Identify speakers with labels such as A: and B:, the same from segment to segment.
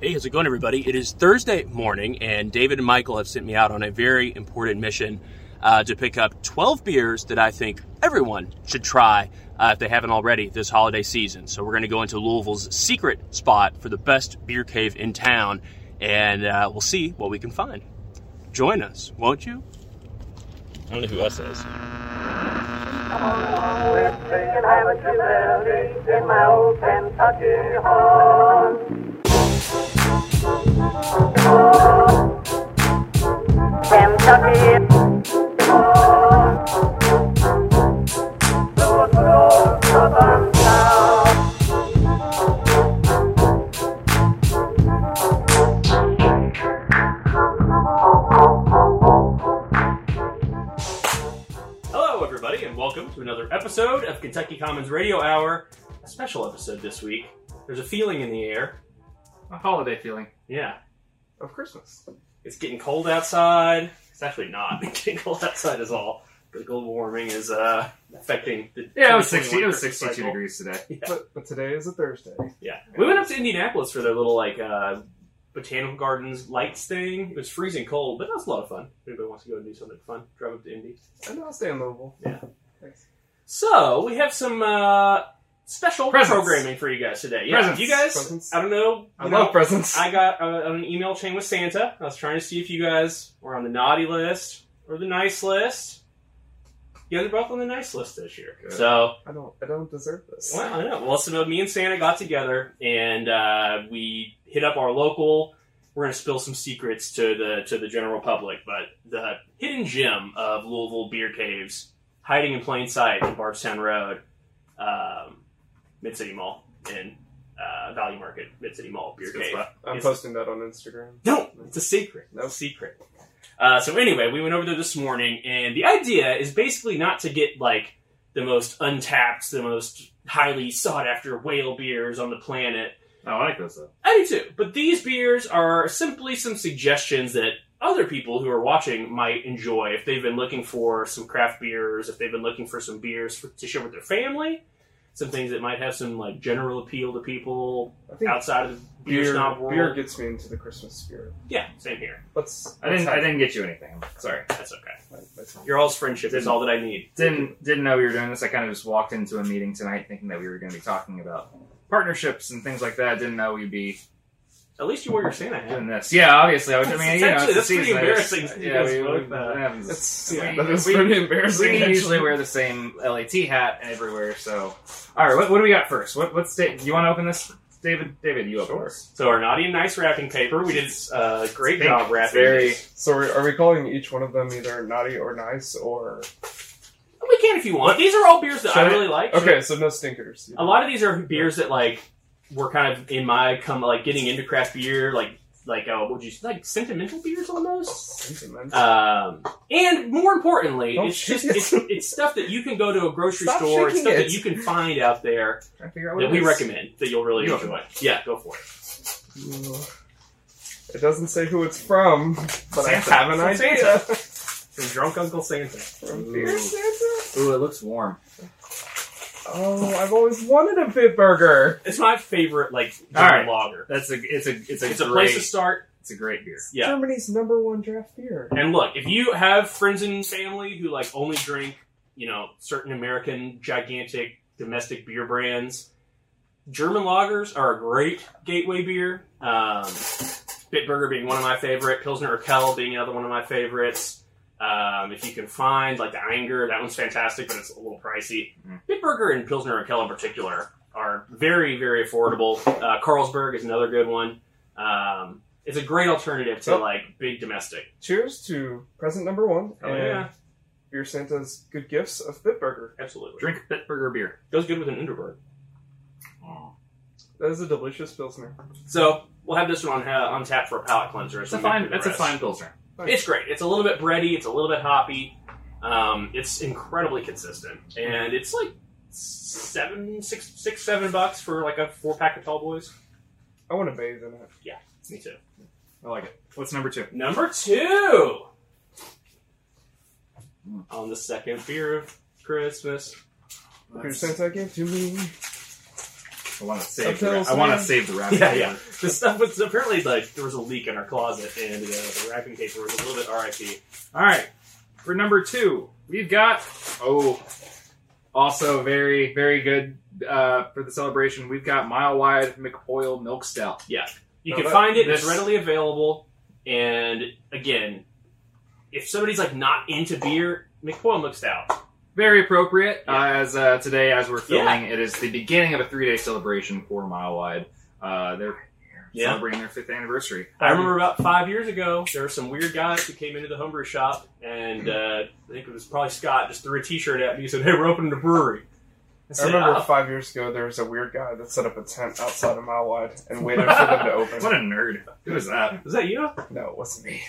A: Hey, how's it going, everybody? It is Thursday morning, and David and Michael have sent me out on a very important mission uh, to pick up 12 beers that I think everyone should try uh, if they haven't already this holiday season. So, we're going to go into Louisville's secret spot for the best beer cave in town, and uh, we'll see what we can find. Join us, won't you? I don't know who us is.
B: And I was too early in my old Kentucky home. Kentucky home. The good old southern town.
A: Hello, everybody, and welcome to another episode of Kentucky Commons Radio Hour. A special episode this week. There's a feeling in the air.
C: a holiday feeling
A: Yeah,
C: of Christmas.
A: it's getting cold outside. It's actually not getting cold outside is all. But global warming is uh, affecting the.
C: Yeah, it was sixty. It
A: 2021
C: was sixty-two
A: cycle.
C: degrees today.
A: Yeah.
C: But, but today is a Thursday.
A: Yeah, we went up to Indianapolis for their little like uh, botanical gardens lights thing. It was freezing cold, but that was a lot of fun. If anybody wants to go and do something fun, drive up to Indy.
C: And I'll stay in Louisville.
A: Yeah.
C: Thanks.
A: So we have some uh, special
C: Presents.
A: programming for you guys today. Yeah,
C: Presents.
A: you guys.
C: Presents.
A: I don't know.
C: I
A: you know,
C: love presents.
A: I got uh, an email chain with Santa. I was trying to see if you guys were on the naughty list or the nice list. You guys are both on the nice list this year.
C: Good.
A: So,
C: I don't. I don't deserve this.
A: well, I know. Well, so me and Santa got together and uh, we hit up our local. We're going to spill some secrets to the to the general public, but the hidden gem of Louisville beer caves, hiding in plain sight on Bardstown Road, um, Mid City Mall, and uh, Value Market, Mid City Mall beer
C: It's a good
A: cave.
C: spot. I'm
A: Yes.
C: posting that on Instagram.
A: No, it's a secret.
C: No.
A: secret. Uh, so anyway, we went over there this morning, and the idea is basically not to get like the most untapped, the most highly sought after whale beers on the planet.
C: Oh, I like this though.
A: I do too, but these beers are simply some suggestions that other people who are watching might enjoy if they've been looking for some craft beers, if they've been looking for some beers for, to share with their family, some things that might have some like general appeal to people
C: I think
A: outside of the beer,
C: beer,
A: snob world.
C: beer gets me into the Christmas spirit.
A: yeah, same here.
C: Let's.
D: I didn't.
C: let's
D: I
C: have-
D: didn't get you anything. Sorry.
A: That's okay.
C: let's have-
A: Your all's friendship is all that I need.
D: Didn't didn't know we were doing this. I kind of just walked into a meeting tonight thinking that we were going to be talking about partnerships and things like that. Didn't know we'd be
A: At least you wore your Santa hat.
D: doing this. Yeah, obviously. I, was, I
A: It's-
D: mean,
A: it's
D: you know,
A: actually-
D: it's the
A: that's pretty
D: season. I just-
A: embarrassing. You
D: Yeah,
A: guys
D: we,
A: both,
D: we-
A: uh,
D: that happens.
C: That's,
D: We-
C: yeah, that is
D: we-
C: pretty
D: we
C: embarrassing.
D: usually
C: actually.
D: wear the same LAT hat everywhere. So, all right, what, what do we got first? What what's da- do you want to open this, David? David, you open
C: Sure.
D: this.
A: So our naughty and nice wrapping paper. We did a uh, great
D: Thank-
A: job wrapping.
D: very-
A: these.
C: So are are we calling each one of them either naughty or nice or
A: We can if you want. These are all beers that
C: Should
A: I
C: I-
A: really like.
C: okay? So no stinkers.
A: A lot of these are beers that like were kind of in my come like getting into craft beer like like uh, what would you say, like sentimental beers almost.
E: Uh,
C: Sentiment.
A: Um, and more importantly,
D: Oh,
C: Don't
A: it's
C: shake
A: just
C: it.
A: it's, it's stuff that you can go to a grocery
C: Stop
A: store. It's
C: shaking
A: stuff
C: it.
A: that you can find out there
D: Trying to figure out what
A: that
D: it
A: we
D: is.
A: recommend that you'll really
D: You
A: enjoy. Yeah, go for it.
C: It doesn't say who it's from, but I
A: Santa.
C: have an
A: It's
C: idea.
A: From drunk Uncle Santa.
C: From
D: Ooh.
C: Dear Santa?
D: Ooh, it looks warm.
C: Oh, I've always wanted a Bit Burger.
A: It's my favorite like German
D: All right.
A: lager.
D: That's a it's a it's a
A: It's a
D: great
A: place to start.
D: it's a great beer.
A: Yeah.
C: Germany's number one draft beer.
A: And look, if you have friends and family who like only drink, you know, certain American gigantic domestic beer brands, German lagers are a great gateway beer. Um, Bitburger being one of my favorite, Pilsner Urquell being another one of my favorites. Um, if you can find like the Einger, that one's fantastic, but it's a little pricey.
D: Mhm.
A: Bitburger and Pilsner Urquell in particular are very, very affordable. Uh, Carlsberg is another good one. Um, it's a great alternative to
C: Oh.
A: like big domestic.
C: Cheers to present number one
A: Oh,
C: and
A: yeah.
C: Beer Santa's good gifts of Bit Burger.
A: Absolutely.
D: Drink Bitburger beer.
A: Goes good with an Underberg. Oh,
C: That is a delicious pilsner.
A: So we'll have this one on, uh, on tap for a palate cleanser. as
D: It's a
A: we move
D: fine.
A: through the
D: That's a
A: rest.
D: fine pilsner.
A: It's great. It's a little bit bready. It's a little bit hoppy. Um, it's incredibly consistent, and it's like seven, six, six, seven bucks for like a four pack of Tall Boys.
C: I want to bathe in it.
A: Me too.
D: I like it. What's number two?
A: Number two
D: Mm.
A: on the second beer of Christmas.
C: Beer Santa gave to me.
D: I want to save.
C: Okay,
D: The, ra-
C: so-
D: I want to save the rabbit.
E: Yeah,
D: tail.
E: yeah. The stuff was apparently like there was a leak in our closet, and uh, the wrapping paper was a little bit RIP.
D: All right. For number two, we've got oh, also very very good uh, for the celebration. We've got Mile Wide McOil Milk Stout.
E: You
D: No,
E: can
D: that-
E: find it; it's
D: this-
E: readily available. And again, if somebody's like not into beer, McCoy looks out.
D: Very appropriate
E: Yeah.
D: uh, as uh, today as we're
E: Yeah.
D: filming. It is the beginning of a three day celebration for Mile Wide. Uh, they're
E: Yeah.
D: celebrating their fifth anniversary.
E: I remember about five years ago, there were some weird guys who came into the homebrew shop, and uh, I think it was probably Scott just threw a T-shirt at me and said, "Hey, we're opening a brewery." I
C: I
E: said,
C: remember
E: "Oh,
C: five years ago there was a weird guy that set up a tent outside of my wide and waited for them to
D: What
C: open.
D: a nerd! Who is that?
E: "Is that you?"
C: No, it wasn't me.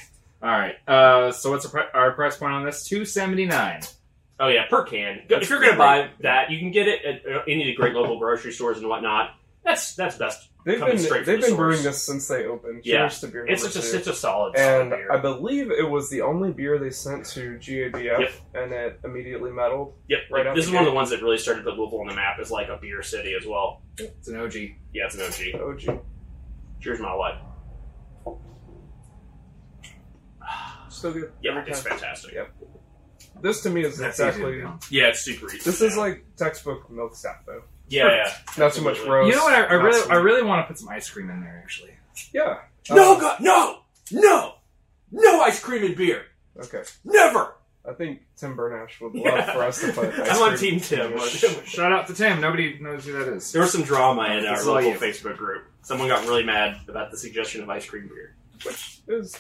D: All right. Uh, so what's our pri- our price point on this? Two seventy nine.
E: Oh yeah, per can.
D: That's
E: if you're going to
D: great.
E: buy that, you can get it at uh, any of the great local grocery stores and whatnot. That's that's best.
C: They've
E: Coming
C: been
E: straight from
C: they've
E: the
C: been brewing
E: source.
C: this since they opened.
E: Yeah.
C: Cheers to beer
E: It's
C: number
E: such a
C: two.
E: such a solid. solid
C: and
E: beer.
C: I believe it was the only beer they sent to GABF,
E: Yep.
C: and it immediately meddled.
E: yep,
C: right out
E: this
C: the
E: is one of
C: gate.
E: the ones that really started to put Louisville on the map as like a beer city as well.
D: It's an OG.
E: Yeah, it's an OG.
C: Oh, gee.
E: Cheers, my life.
C: Still good.
E: Yeah,
C: Every
E: it's
C: time.
E: fantastic.
C: Yep. This to me is
D: That's easy
C: exactly.
D: to do.
E: Yeah, it's super easy.
C: This is like textbook milk stout, though.
E: yeah, yeah.
C: Not too much
E: Absolutely.
C: roast.
D: You know what? I, I
C: not
D: really,
C: sweet.
D: I really want to put some ice cream in there. Actually,
C: Yeah.
A: No,
C: Um,
A: God, no, no, no ice cream and beer.
C: Okay.
A: Never.
C: I think Tim Burnash would love
E: Yeah.
C: for us to put. ice
E: I'm on
C: cream
E: Team Tim.
C: in this.
D: shout out to Tim. Nobody knows who that is.
E: There was some drama in our
D: This is all
E: local
D: you.
E: Facebook group. Someone got really mad about the suggestion of ice cream beer.
C: It was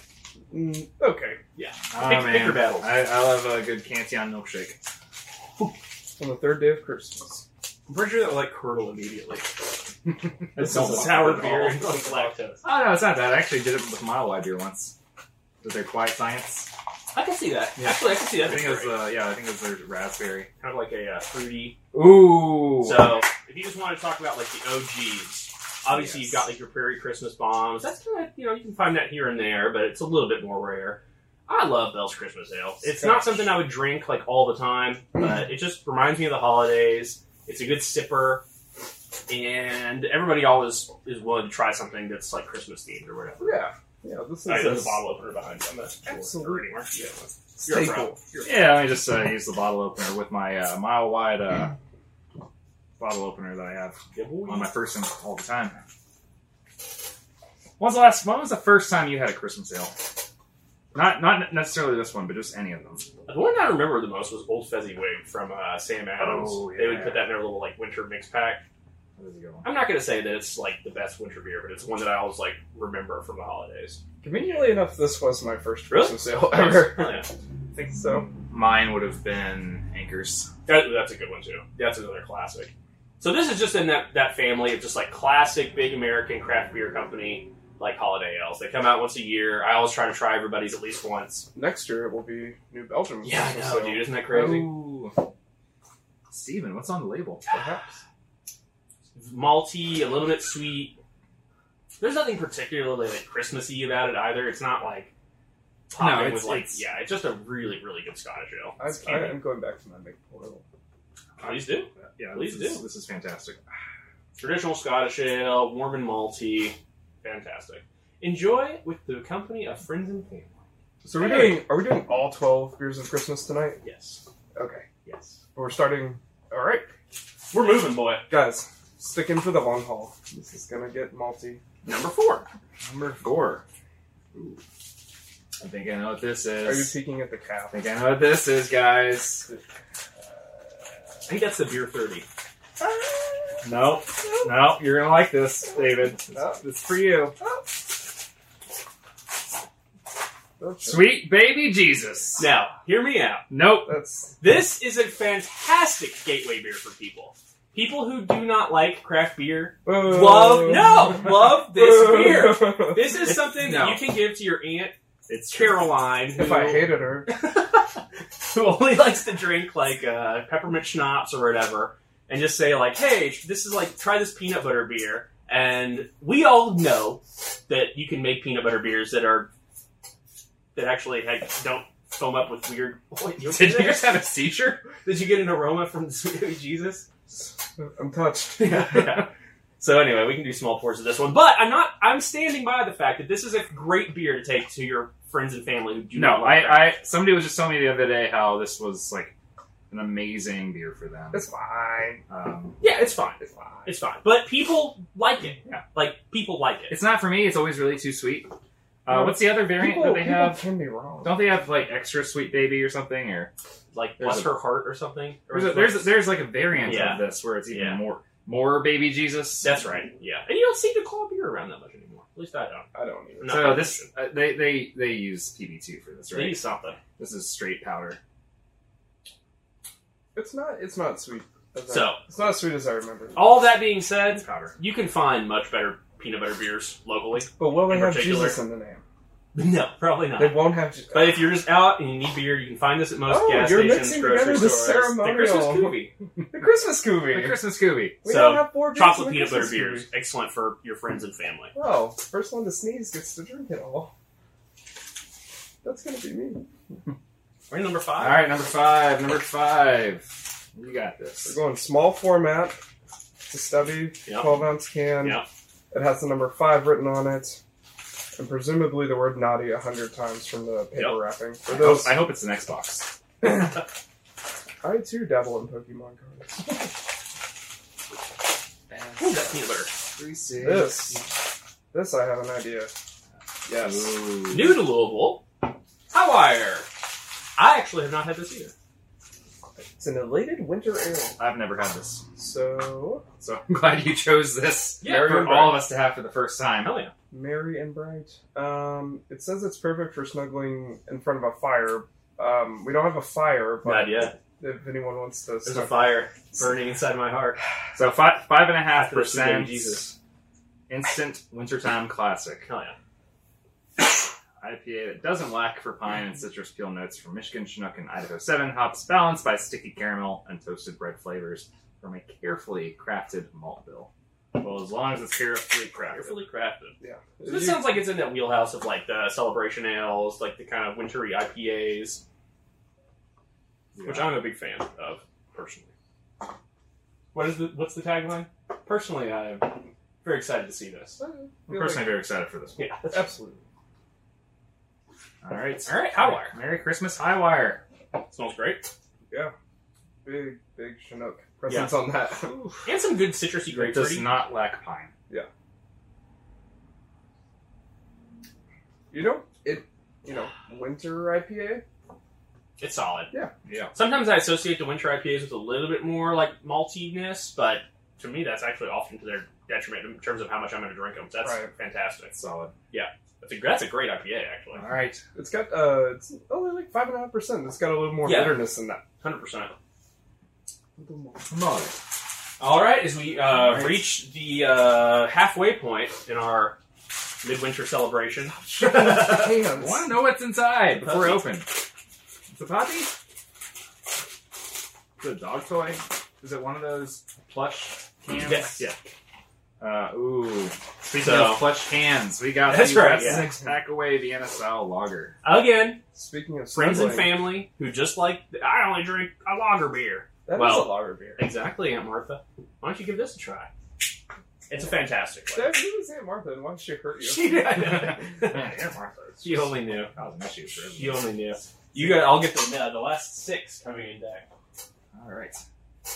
C: mm, okay.
D: Oh,
E: Pick- pick
D: man.
E: your battles.
D: I, I love a good Canteon milkshake.
C: On the third day of Christmas.
E: I'm pretty sure that will like curdle immediately. This
D: don't
E: is a
D: want
E: sour
D: that at
E: beer
D: all.
E: and lactose.
D: Oh no, it's not bad. I actually did it with Mile Wide beer once. With their Quiet Science.
E: I can see that.
D: Yeah.
E: Actually, I can see
D: I
E: that.
D: think it was
E: uh,
D: uh, yeah, I think it was their raspberry.
E: kind of like a uh, fruity.
D: Ooh.
E: So, if you just want to talk about like the OGs, obviously
D: Yes.
E: you've got like your Prairie Christmas bombs. That's kind of you know you can find that here and there, but it's a little bit more rare. I love Bell's Christmas Ale. It's not
C: Scotch.
E: something I would drink like all the time, but it just reminds me of the holidays. It's a good sipper, and everybody always is willing to try something that's like Christmas themed or whatever.
C: Yeah. Yeah. This is
E: Sorry,
C: a
E: there's a bottle opener behind you. I'm not sure.
C: Absolutely.
E: Or anywhere. Yeah, you're a pro.
C: staple.
D: yeah, let me just uh, use the bottle opener with my uh, Mile Wide uh, bottle opener that I have
E: Yeah, boy.
D: on my person all the time. When was the last? When was the first time you had a Christmas ale? Not not necessarily this one, but just any of them.
E: The one I remember the most was Old Fezziwig from uh, Sam Adams.
D: Oh,
E: They would
D: yeah.
E: put that in their little like winter mix pack.
D: That is a good one.
E: I'm not gonna say that it's like the best winter beer, but it's one that I always like remember from the holidays.
C: Conveniently enough, this was my first
E: Really? Oh,
C: Christmas ale ever.
E: Yeah.
C: I think so.
D: Mine would have been Anchors.
E: That- that's a good one too. That's another classic. So this is just in that that family of just like classic big American craft beer company like holiday ales. They come out once a year. I always try to try everybody's at least once.
C: Next year it will be New Belgium.
E: Yeah, I
C: Christmas
E: know,
C: ale,
E: dude. Isn't that crazy?
D: Ooh. Oh. Steven, what's on the label?
C: Perhaps.
E: malty, a little bit sweet. There's nothing particularly like Christmassy about it either. It's not like popping with
D: it's-
E: like
D: it's-
E: yeah. It's just a really really good Scottish ale.
C: I,
E: It's
C: I
E: candy.
C: am going back to my big portal.
E: Please do
D: Yeah,
E: Please
D: this is,
E: do.
D: This is fantastic.
E: traditional Scottish ale, warm and malty, fantastic. Enjoy with the company of friends and family.
C: So we're
E: Hey.
C: doing. Are we doing all twelve beers of Christmas tonight?
E: Yes,
C: Okay.
E: yes.
C: We're starting. All right,
E: We're moving, boy.
C: guys. Stick in for the long haul. This is gonna get malty.
E: Number four.
D: Number four. I think I know what this
C: Are you
D: is.
C: peeking at the
D: I
C: cap?
D: think I know what this is, guys.
E: I think that's the beer thirty.
D: No, no, you're gonna like this, David.
C: No.
D: It's, it's for you.
C: Oh. That's-
D: Sweet baby Jesus.
E: Now, hear me out.
D: Nope.
C: That's
E: This is a fantastic gateway beer for people. People who do not like craft beer Love, no, love this beer.
C: beer.
E: This is something
D: No.
E: that you can give to your aunt
D: It's
E: Caroline, who,
C: If I hated her,
E: who only likes to drink like uh, peppermint schnapps or whatever, and just say like, "Hey, this is like try this peanut butter beer." And we all know that you can make peanut butter beers that are that actually like, don't foam up with weird. What, you
D: Did you
E: okay there?
D: just have a seizure?
E: Did you get an aroma from the sweet baby Jesus?
C: I'm touched.
E: Yeah. So anyway, we can do small pours of this one, but I'm not. I'm standing by the fact that this is a great beer to take to your friends and family who do
D: no,
E: not like that.
D: I, I somebody was just telling me the other day how this was like an amazing beer for them.
C: It's fine.
D: Um,
E: yeah, it's fine.
C: It's fine.
E: It's fine, but people like it.
D: Yeah.
E: like people like it.
D: it's not for me. It's always really too sweet. Uh,
C: No,
D: what's the other variant
C: People-
D: that they
C: people
D: have?
C: Can be wrong.
D: Don't they have like extra sweet baby or something? Or
E: like
D: There's
E: bless
D: a-
E: her heart or something. Or
D: there's a, there's, a, there's like a variant
E: Yeah.
D: of this where it's even
E: Yeah.
D: more more baby Jesus.
E: that's right. Yeah, and you don't see the claw beer around that much anymore. At least I don't.
C: I don't even.
E: No.
D: so this uh, they they they use PB2 for this,
E: They
D: right?
E: use something.
D: This is straight powder.
C: It's not. It's not sweet. It's
E: So Oh,
C: not- it's not as sweet as I remember.
E: all that being said,
D: It's powder.
E: you can find much better peanut butter beers locally.
C: But will they
E: In
C: have
E: particular-
C: Jesus in the name?
E: No, probably not.
C: They won't have. Jesus.
E: But if you're just out and you need beer, you can find this at most
C: Oh,
E: gas
C: you're
E: stations,
C: mixing
E: grocery
C: together the
E: stores.
C: ceremonial.
E: The Christmas Koobie.
C: the Christmas
D: The
C: Scooby.
D: Christmas Scooby.
C: we
E: So,
C: don't have four drinks
E: Chocolate
C: in the
E: peanut butter
C: Christmas
E: beers, excellent for your friends and family.
C: Scooby. Oh, first one to sneeze gets to drink it all. That's gonna be me.
E: We're number
D: All
E: five.
D: right, number five. Number five. You got
C: We're
D: this.
C: going small format. It's a stubby
E: Yep.
C: 12 ounce can.
E: Yep.
C: It has the number five written on it, and presumably the word naughty a hundred times from the paper
E: Yep.
C: wrapping. For
D: I
C: those,
D: hope, I hope it's an Xbox.
C: I too dabble in Pokemon cards.
E: Ooh, that peanut butter.
C: This, this I have an idea. Yes.
D: Ooh.
E: New to Louisville, Highwire. I actually have not had this either.
C: It's an elated winter ale.
D: I've never had this,
C: So,
D: so I'm glad you chose this
E: Yeah,
D: for
E: remember.
D: all of us to have for the first time.
E: Hell yeah.
C: merry and bright. Um, it says it's perfect for snuggling in front of a fire. Um, we don't have a fire, but
E: Not yet.
C: if anyone wants to,
E: There's a
C: snuggle-
E: fire burning inside my heart.
D: So five five and a half
E: For sweet baby
D: percent
E: Jesus.
D: instant wintertime classic
E: Hell yeah.
D: IPA that doesn't lack for pine and citrus peel notes from Michigan Chinook and Idaho Seven hops, balanced by sticky caramel and toasted bread flavors from a carefully crafted malt bill. Well, as long as it's carefully crafted.
E: Carefully crafted.
C: yeah.
E: So this sounds like it's in that wheelhouse of like the celebration ales, like the kind of wintry IPAs, which I'm a big fan of personally. What is the what's the tagline? Personally, I'm very excited to see this.
D: I'm personally very excited for this.
E: Yeah.
C: absolutely.
D: All right,
E: All right, Highwire.
D: Merry Christmas, Highwire.
E: Smells great.
C: Big, big Chinook presence on that.
E: And some good citrusy
D: It
E: grape
D: does not lack pine.
C: You know, it, you know, winter IPA.
E: It's solid.
D: Yeah.
E: Sometimes I associate the winter IPAs with a little bit more like maltiness, but to me that's actually often to their detriment in terms of how much I'm going to drink them. That's
C: Right.
E: fantastic.
D: Solid.
E: That's a, that's a great IPA actually.
D: All right.
C: It's got uh, it's only like five and a half percent. It's got a little more
E: Yeah.
C: bitterness than that.
E: Hundred percent.
C: A little more.
E: All right, as we uh,
D: All right.
E: reach the uh, halfway point in our midwinter celebration,
D: I
C: Hands.
D: want to know what's inside before I open. It's a puppy. It's a dog toy. Is it one of those plush cans?
E: yes, yeah,
D: Uh, ooh. Speaking
E: So-
D: of plush cans, we got
E: That's
D: the
E: right, yeah.
D: six pack away Vienna style lager.
E: again,
C: Speaking of
E: friends and
C: snuggling,
E: family who just like I only drink a lager beer.
C: that is a
E: well,
C: lager beer.
E: Exactly, Aunt Martha. Why don't you give this a try? It's a fantastic one.
C: That really is Aunt Martha. and Why did she hurt you?
E: She,
D: Man, yeah, Martha, it's
E: she
D: just-
E: only knew.
D: That was an issue for
E: She
D: everyone.
E: only knew. You got. I'll get the uh, the last six coming in deck.
D: All right.
C: I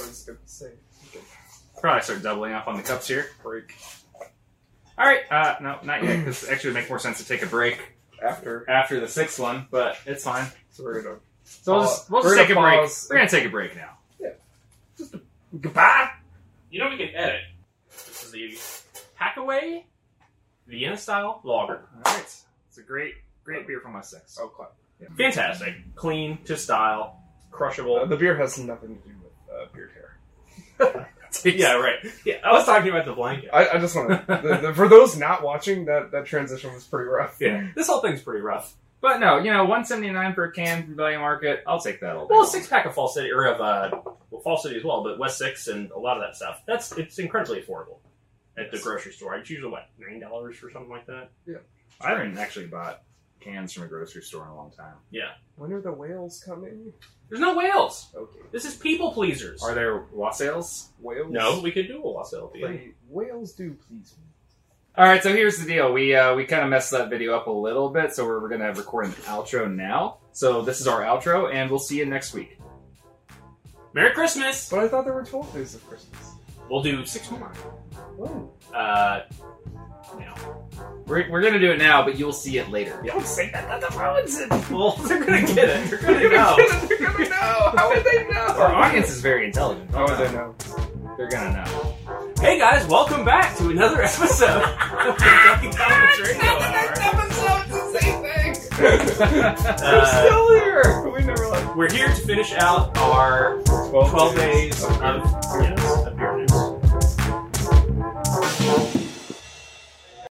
C: was going to say
D: Probably start doubling up on the cups here.
C: break
D: All right. Uh, no, not yet. This actually would make more sense to take a break
C: after.
D: after the sixth one, but it's fine.
C: So we're gonna
D: So we'll
C: Pause.
D: just, we'll
C: We're
D: just
C: gonna
D: take a break.
C: pause.
D: We're gonna take a break now.
C: goodbye.
E: You know we can edit. This is the Hackaway Vienna style lager.
D: All right, it's a great, great beer from West Six.
C: Oh, clap.
E: Fantastic, clean to style,
C: Uh,
E: crushable.
C: the beer has nothing to do with uh, beard hair.
E: yeah, right. Yeah, I was talking about the blanket.
C: I, I just want to. For those not watching, that that transition was pretty rough.
D: Yeah,
E: This whole thing's pretty rough.
D: but no, you know, one seventy nine per can from Value Market. I'll take that all day.
E: Well, a
D: long.
E: six pack of Fall City or of uh, well, Fall City as well, but West Six and a lot of that stuff. That's it's incredibly affordable at the grocery store. It's usually what nine dollars or something like that.
D: I haven't actually bought cans from a grocery store in a long time.
C: When are the whales coming?
E: There's no whales.
C: Okay.
E: This is people pleasers.
D: Are there wassails?
C: Whales?
E: no, we could do a wassail deal.
C: Wait, whales do please me.
D: All right, so here's the deal. We uh, we kind of messed that video up a little bit, so we're gonna record an outro now. So this is our outro, and we'll see you next week.
E: Merry Christmas.
C: But I thought there were 12 days of Christmas.
E: We'll do six more.
C: Oh,
E: Uh, now.
D: We're, we're gonna do it now, but you'll see it later.
C: don't say that. That's
E: Well, they're gonna get it. They're gonna
D: They're
E: know.
D: gonna get it. They're gonna know. How would they know? Our audience Oh, is very intelligent.
C: How would they know?
D: They're gonna know.
E: Hey guys, welcome back to another episode of Kentucky Comics Radio Hour.
D: We're
E: Uh,
D: still here.
C: We never left.
E: we're here to finish out our 12 days of. um, Yes.